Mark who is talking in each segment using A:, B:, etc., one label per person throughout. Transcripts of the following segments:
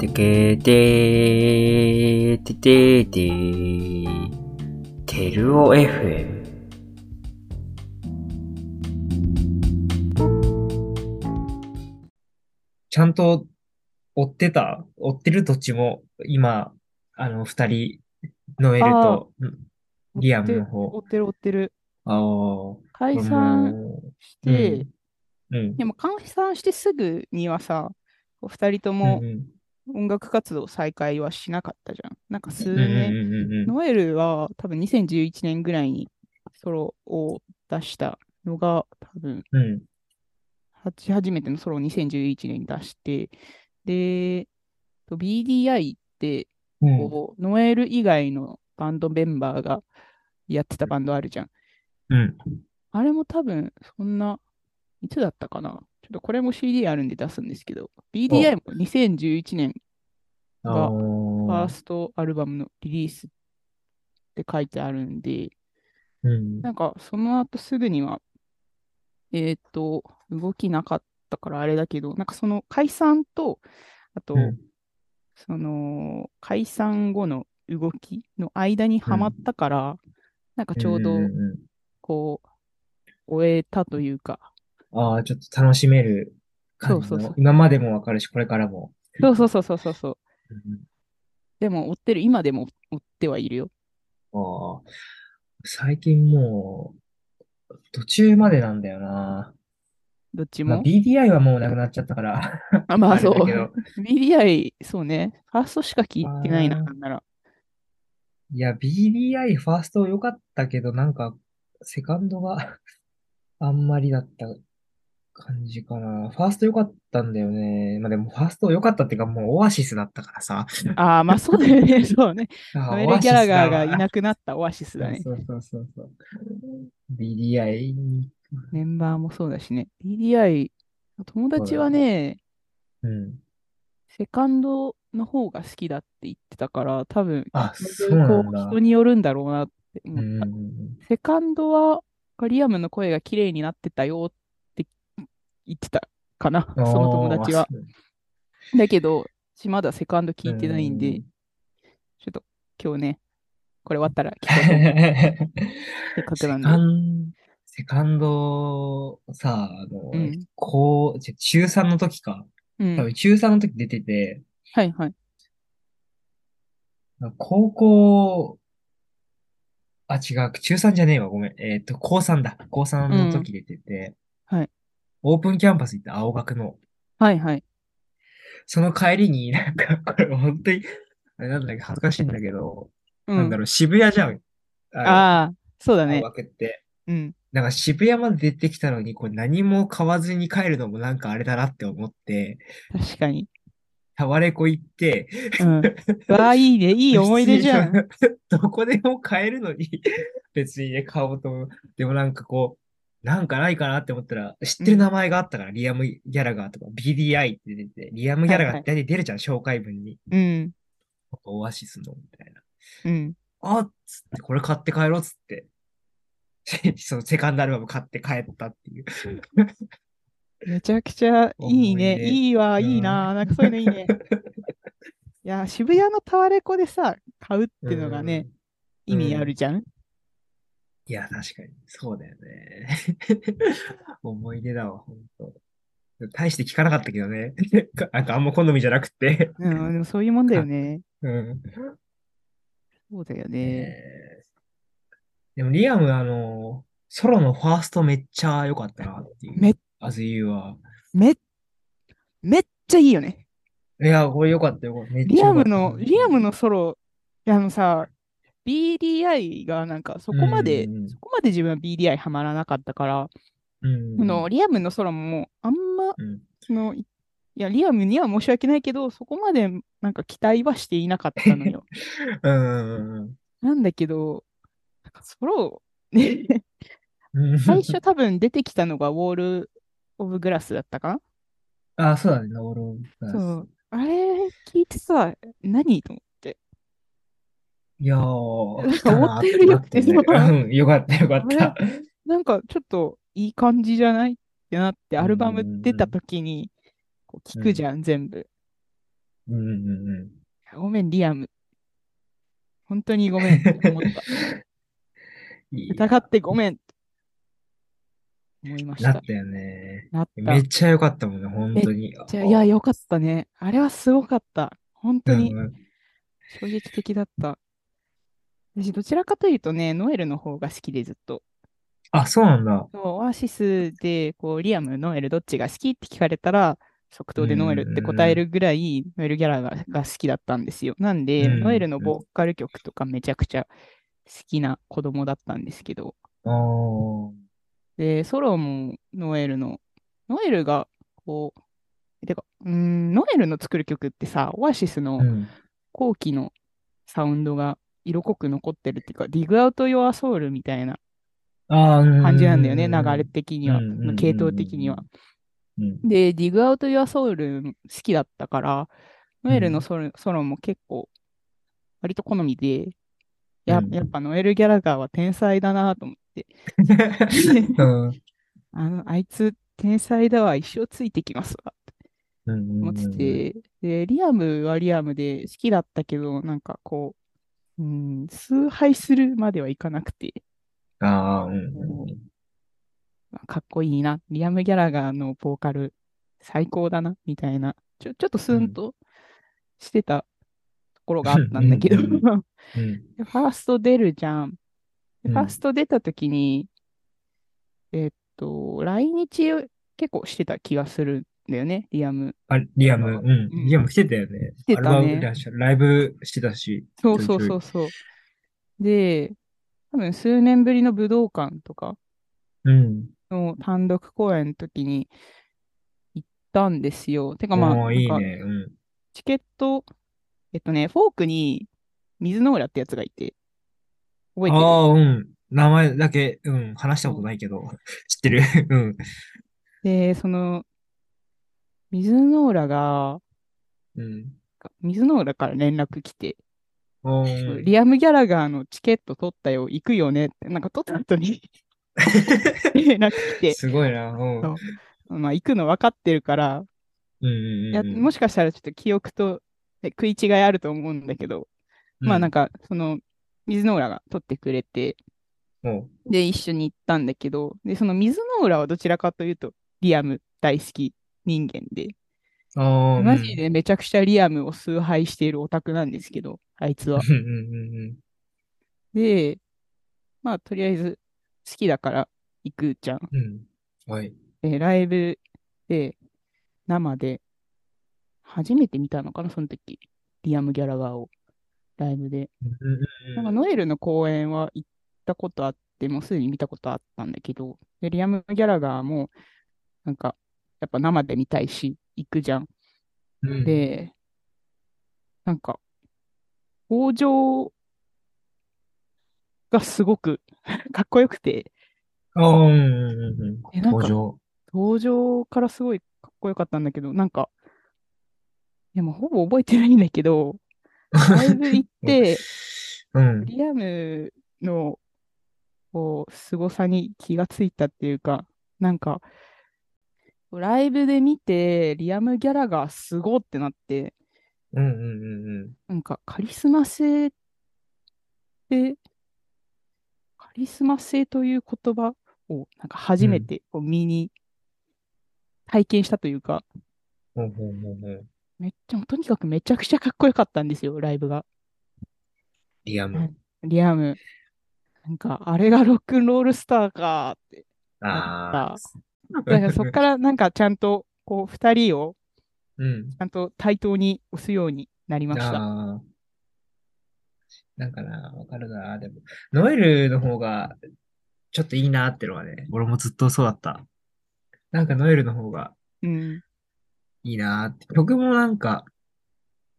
A: てけてーててーてーてるお FM
B: ちゃんと追ってた、追ってる土地も、今、あの、二人、ノエルとリアムの
C: 追
B: 方。
C: ってる追ってる。
B: ああ。
C: 解散し
B: う
C: て、
B: んうん。
C: でも解散してすぐにはさ、お二人とも
B: うんうん
C: 音楽活動再開はしなかったじゃん。なんか数
B: うんうん
C: 年。
B: うんうん
C: ノエルは多分2011年ぐらいにソロを出したのが多分
B: うん
C: 初初めてのソロを2011年に出して、で、と BDI って
B: うん
C: こう、ノエル以外のバンドメンバーがやってたバンドあるじゃん。
B: うん
C: あれも多分、そんな、いつだったかなちょっとこれも CD あるんで出すんですけど、BDI も2011年
B: あ
C: ファー
B: ー
C: ストアルバムのリリースって書いてあるんで、
B: うん
C: なんかその後すぐには、えっ、と、動きなかったからあれだけど、なんかその解散と、あと、
B: うん
C: その解散後の動きの間にはまったから、なんかちょうど
B: んんん
C: こう、終えたというか、
B: ああ、ちょっと楽しめる感じ
C: そうそうそ
B: の
C: う。
B: 今までもわかるし、これからも。
C: そうそうそうそうそうそう。
B: うん
C: でも追ってる、今でも追ってはいるよ。
B: ああ、最近もう、途中までなんだよな。
C: どっち
B: まあ、
C: も。
B: BDI はもうなくなっちゃったから、
C: あ、ま
B: あ
C: あ
B: れ
C: そう。
B: だけど。
C: BDI、そうね。ファーストしか聞いてないな、
B: あー
C: なんなら。
B: いや、BDI ファースト良かったけど、なんか、セカンドが あんまりだった感じかな。ファースト良かったんだよね。まあでも、ファースト良かったっていうか、もうオアシスだったからさ。
C: ああ、まあそうだ よね。そうね。
B: あー
C: ノエ
B: オ
C: ル・
B: ア
C: ギ
B: シ
C: ャラ
B: スだ
C: ガーがい
B: わ
C: なくなったオアシスだね。
B: そうそうそうそう。BDI に、
C: メンバーもそうだしね。BDI、友達はね、
B: うん。
C: セカンドの方が好きだって言ってたから、多分、
B: あ、
C: そ
B: そうう
C: いう
B: なん
C: こう
B: だ。
C: 人によるんだろうなって
B: う
C: 思
B: ん
C: った。
B: うんうん。
C: セカンドは、リアムの声が綺麗になってたよって言ってたかな、その友達は。
B: あー。
C: だけど、私まだセカンド聞いてないんで、
B: うん
C: ちょっと今日ね、これ終わったら聞こうと
B: セ
C: 思うせっかくなんで
B: カ。ン、セカンド、さ、あの、
C: うん
B: こう、ち中3の時か。
C: うん
B: 多分中3の時出てて、
C: はいはい。
B: 高校、あ、違う、中3じゃねえわ、ごめん。えっと、高3だ。高3の時出てて、
C: うんはい
B: オープンキャンパス行った青学の。
C: はいはい。
B: その帰りに、 なんか、これ本当に、あれなんだっけ、恥ずかしいんだけど、
C: うん、
B: なんだろう、渋谷じゃん。あ
C: ああ、そうだ
B: の、
C: ね
B: 青。学って。
C: うん。
B: なんか渋谷まで出てきたのに、これ何も買わずに帰るのもなんかあれだなって思って、
C: 確かに。
B: タワレコ行って、
C: うん。 わ あ、いいね。いい思い出じゃん。。
B: どこでも買えるのに、 別にね、買おうと思う。でもなんかこう、なんかないかなって思ったら、知ってる名前があったから、リアム・ギャラガーとか、BDI って出てて、リアム・ギャラガーって大体出るじゃん、紹介文に。
C: うん。
B: オアシスの、みたいな。
C: うん。
B: あっつって、これ買って帰ろうっつって。 そのセカンドアルバム買って帰ったっていう。
C: めちゃくちゃいい
B: 思い
C: ね。
B: 出
C: いいわ、
B: うん
C: いいな。なんかそういうのいい ね。いや、渋谷のタワレコでさ、買うっていうのがね、
B: うん
C: 意味あるじゃん。
B: いや、確かに。そうだよね。 思い出だわ、ほんと。大して聞かなかったけどね。 なんかあんま好みじゃなくて。
C: うん、でもそういうもんだよね。
B: うん。
C: そうだよ
B: え
C: ね。
B: ーでも、リアム、あの、ソロのファーストめっちゃ良かったなっていう。
C: め、
B: あずゆは。
C: め、めっちゃいいよね。
B: いや、これ良かったよ。めっち
C: リ
B: ゃ
C: ア
B: 良かっ
C: ム
B: た
C: の、リアムのソロ、いやあのさ、BDI がなんかそこまで、
B: うん
C: そこまで自分は BDI ハマらなかったから、
B: うん。
C: このリアムのソロもあんま、
B: うん
C: その、いいや、リアムには申し訳ないけど、そこまでなんか期待はしていなかった のよ。
B: うん。
C: なんだけど、なんかソロ、 ね、
B: うん。
C: 最初多分出てきたのがウォール・オブ・グラスだったか
B: あ、そうだね、ノーロンガ
C: な
B: ラス
C: そう。あれ聞いてさ、何と思って。
B: いや ー、
C: なん
B: 来
C: か
B: た
C: 思
B: な
C: っ
B: ー
C: たよ
B: っ
C: り
B: てなっ
C: 良く
B: てて
C: さ
B: ね。うん、よかった、よかった。
C: なんかちょっといい感じじゃないってなって、アルバ
B: うんうんう
C: ム
B: ん
C: 出た時にこう聞くじゃん、全部。
B: うんうんうん。
C: ごめん、リアム。本当にごめんって思 った。
B: いい。
C: 疑ってごめん。思いまし
B: な
C: た
B: っ。たよね。
C: なった。
B: めっちゃ良かったもんね、本当に。
C: じゃあいや、よかったね。あれはすごかった。本当に
B: うん
C: 衝撃的だった。私、どちらかというとね、ノエルの方が好きでずっと。
B: あ、そうなんだ。
C: そうオアシスで、こう、リアム、ノエル、どっちが好きって聞かれたら、即答でノエルって答えるぐらい、ノエルギャラがが好きだったんですよ。なんで、
B: うん
C: ノエルのボーカル曲とかめちゃくちゃ好きな子供だったんですけど、
B: あー
C: で、ソロもノエルの、ノエルが、こう、てか、うーん、ノエルの作る曲ってさ、オアシス
B: う
C: の
B: ん。
C: 後期のサウンドが色濃く残ってるっていうか、Dig Out Your Soul みたいな
B: ああ、
C: 感じなんだよね、
B: う
C: 流れ的には、
B: うんうんうんうん
C: 系統的には。
B: うん。
C: で、Dig Out Your Soul 好きだったから、ノエル
B: う
C: の
B: ん
C: ソロソロも結構、割と好みで、や
B: うん
C: やっぱノエル・ギャラガーは天才だ なと思って。
B: うん。
C: あの、あいつ、天才だわ、一生ついてきますわ、って
B: うん。
C: 思ってて、で、リアムはリアムで好きだったけど、なんかこう、うん、崇拝するまではいかなくて、
B: ああ、うんうんうん。
C: まあかっこいいな、リアム・ギャラガーのボーカル、最高だな、みたいな、ちょ、ちょっとスンとしてたところがあったんだけど、
B: うんうん
C: で
B: うん。
C: ファースト出るじゃん。で
B: うん
C: ファースト出た時に、えっと、来日結構してた気がするんだよね、リアム。
B: あ、リアム、うん。
C: うん
B: リアム来てたよね。
C: 来てたね
B: アルバム出したライブしてたし。
C: そうそうそうそう。で、多分数年ぶりの武道館とか
B: うん。
C: の単独公演の時に行ったんですよ。てかまあ、
B: もういい
C: なんか
B: ね。うん。
C: チケット、えっとね、フォークに水の浦ってやつがいて、覚えて
B: あ
C: る
B: あ、うん。名前だけ、うん。話したことないけど、 知ってる。うん。
C: で、その、水の浦が、
B: うん。
C: 水の浦から連絡来て、
B: お
C: リアム・ギャラガーのチケット取ったよ、行くよねって、なんか取った後 に連絡来て、
B: すごいな。うん。
C: そうまあ行くの分かってるから、
B: うんうんうん
C: いや、もしかしたらちょっと記憶とえ食い違いあると思うんだけど、まあなん
B: か、
C: か、その、水の浦が取ってくれて、
B: も
C: で、一緒に行ったんだけど、で、その水の浦はどちらかというと、リアム大好き人間で、
B: う、ああ、
C: マジでめちゃくちゃリアムを崇拝しているオタクなんですけど、あいつは。
B: うん。うんうんうん
C: で、まあ、とりあえず、好きだから行くじゃん。
B: うん。うん。はい。
C: でライブで、生で、初めて見たのかな、その時。リアム・ギャラガーを、ライブで。
B: うんうん
C: な
B: う
C: んか
B: ん
C: ノエルの公演は行ったことあって、もうすでに見たことあったんだけど、でリアム・ギャラガーも、なんか、やっぱ生で見たいし、行くじゃん。
B: うん、
C: で、なんか、登場がすごく かっこよくて、
B: ああ、うんうんうんうん。
C: えなんか
B: 登場。
C: 登場からすごいかっこよかったんだけど、なんか、いやもうほぼ覚えてないんだけ ど、ライブ行って、
B: うん。
C: リアムのこう凄さに気がついたっていうか、なんか、ライブで見て、リアム・ギャラがすごってなって、
B: うんうんうんうん。
C: なんかカリスマ性って、カリスマ性という言葉をなんか初めてこう身に体験したというか、
B: ほうほうほうほう。
C: めっちゃ、とにかくめちゃくちゃかっこよかったんですよ、ライブが。
B: リア
C: は
B: ム
C: い。リアム。なんか、あれがロックンロールスターかーって。
B: ああ。
C: だからそっからなんかちゃんと、こう、二人を
B: うん。
C: ちゃんと対等に押すようになりました。
B: ああ。なんかな、わかるな。でも、ノエルの方が、ちょっといいなってのはね、俺もずっとそうだった。なんかノエルの方が
C: うん。
B: いいなって。曲もなんか、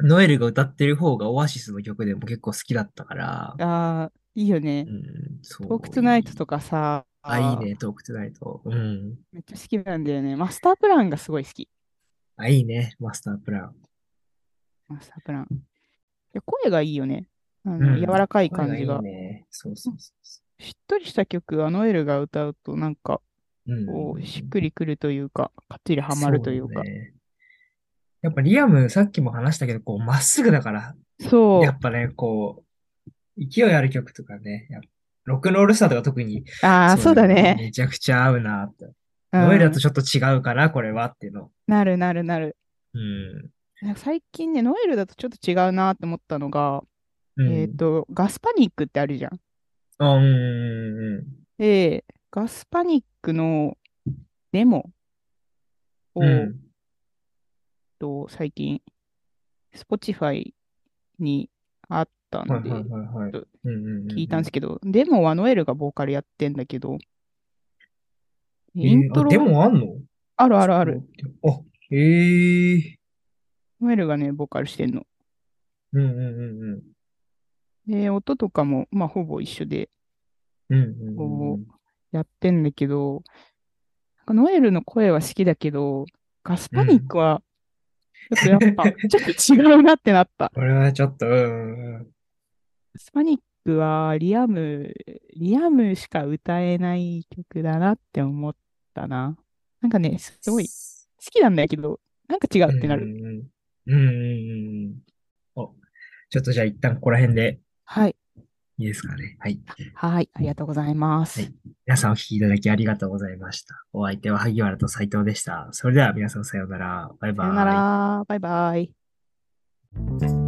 B: ノエルが歌ってる方がオアシスの曲でも結構好きだったから、
C: ああ、いいよね
B: う。ん、そう。
C: トークトゥナイトとかさ、
B: あ、いいね、トークトゥナイト。うん。
C: めっちゃ好きなんだよね。マスタープランがすごい好き。
B: あ、いいね、マスタープラン。
C: マスタープラン。いや声がいいよね。あの
B: うん
C: 柔らかい
B: 声が
C: 感じが
B: いいね。そうそうそうそ
C: しっとりした曲はノエルが歌うとなんか
B: う。うん。
C: こうしっくりくるというか、かっちりハマるというか。
B: そうねやっぱリアム、さっきも話したけど、こう、まっすぐだから、
C: そう
B: や。っぱね、こう、勢いある曲とかね、やっぱロックンロールスターとか特に、
C: ああ、そうだね。
B: めちゃくちゃ合うなって。
C: うん
B: ノエルだとちょっと違うかな、これはっていうの。
C: なるなるなる。
B: うん。
C: 最近ね、ノエルだとちょっと違うなって思ったのが、
B: うん。
C: えっと、ガスパニックってあるじゃん。
B: あうんうんうんうん。
C: で、ガスパニックのデモを、
B: うん
C: と、最近、Spotify にあった
B: はい
C: んで、
B: はいはいはい
C: ちょっと。
B: うんうんうんうん
C: 聞いたんですけど、デモはノエルがボーカルやってんだけど、
B: え
C: イント
B: で
C: ロ、
B: もあんの
C: あるあるある。。
B: あ、ええ
C: ノエルがね、ボーカルしてんの。
B: うんうんうんうん。
C: で、音とかも、まあ、ほぼ一緒で
B: うん
C: こやってんだけど、なんかノエルの声は好きだけど、ガスパニックは、ちょっとや っぱ、ちょっと違うなってなった。
B: これはちょっと、うんうん。
C: ガスパニックは、リアム、リアムしか歌えない曲だなって思ったな。なんかね、すごい好きなんだけど、なんか違うってなる。
B: うんうんうん。うんうんうん。お、ちょっとじゃあ一旦ここら辺で
C: はい。
B: いいですかね。はい。
C: はい、ありがとうございます。
B: はい皆さんお聞きいただきありがとうございました。お相手は萩原と斉藤でした。それでは皆さんさようなら。バイ
C: さ
B: バイ。
C: よなら、バイバイ。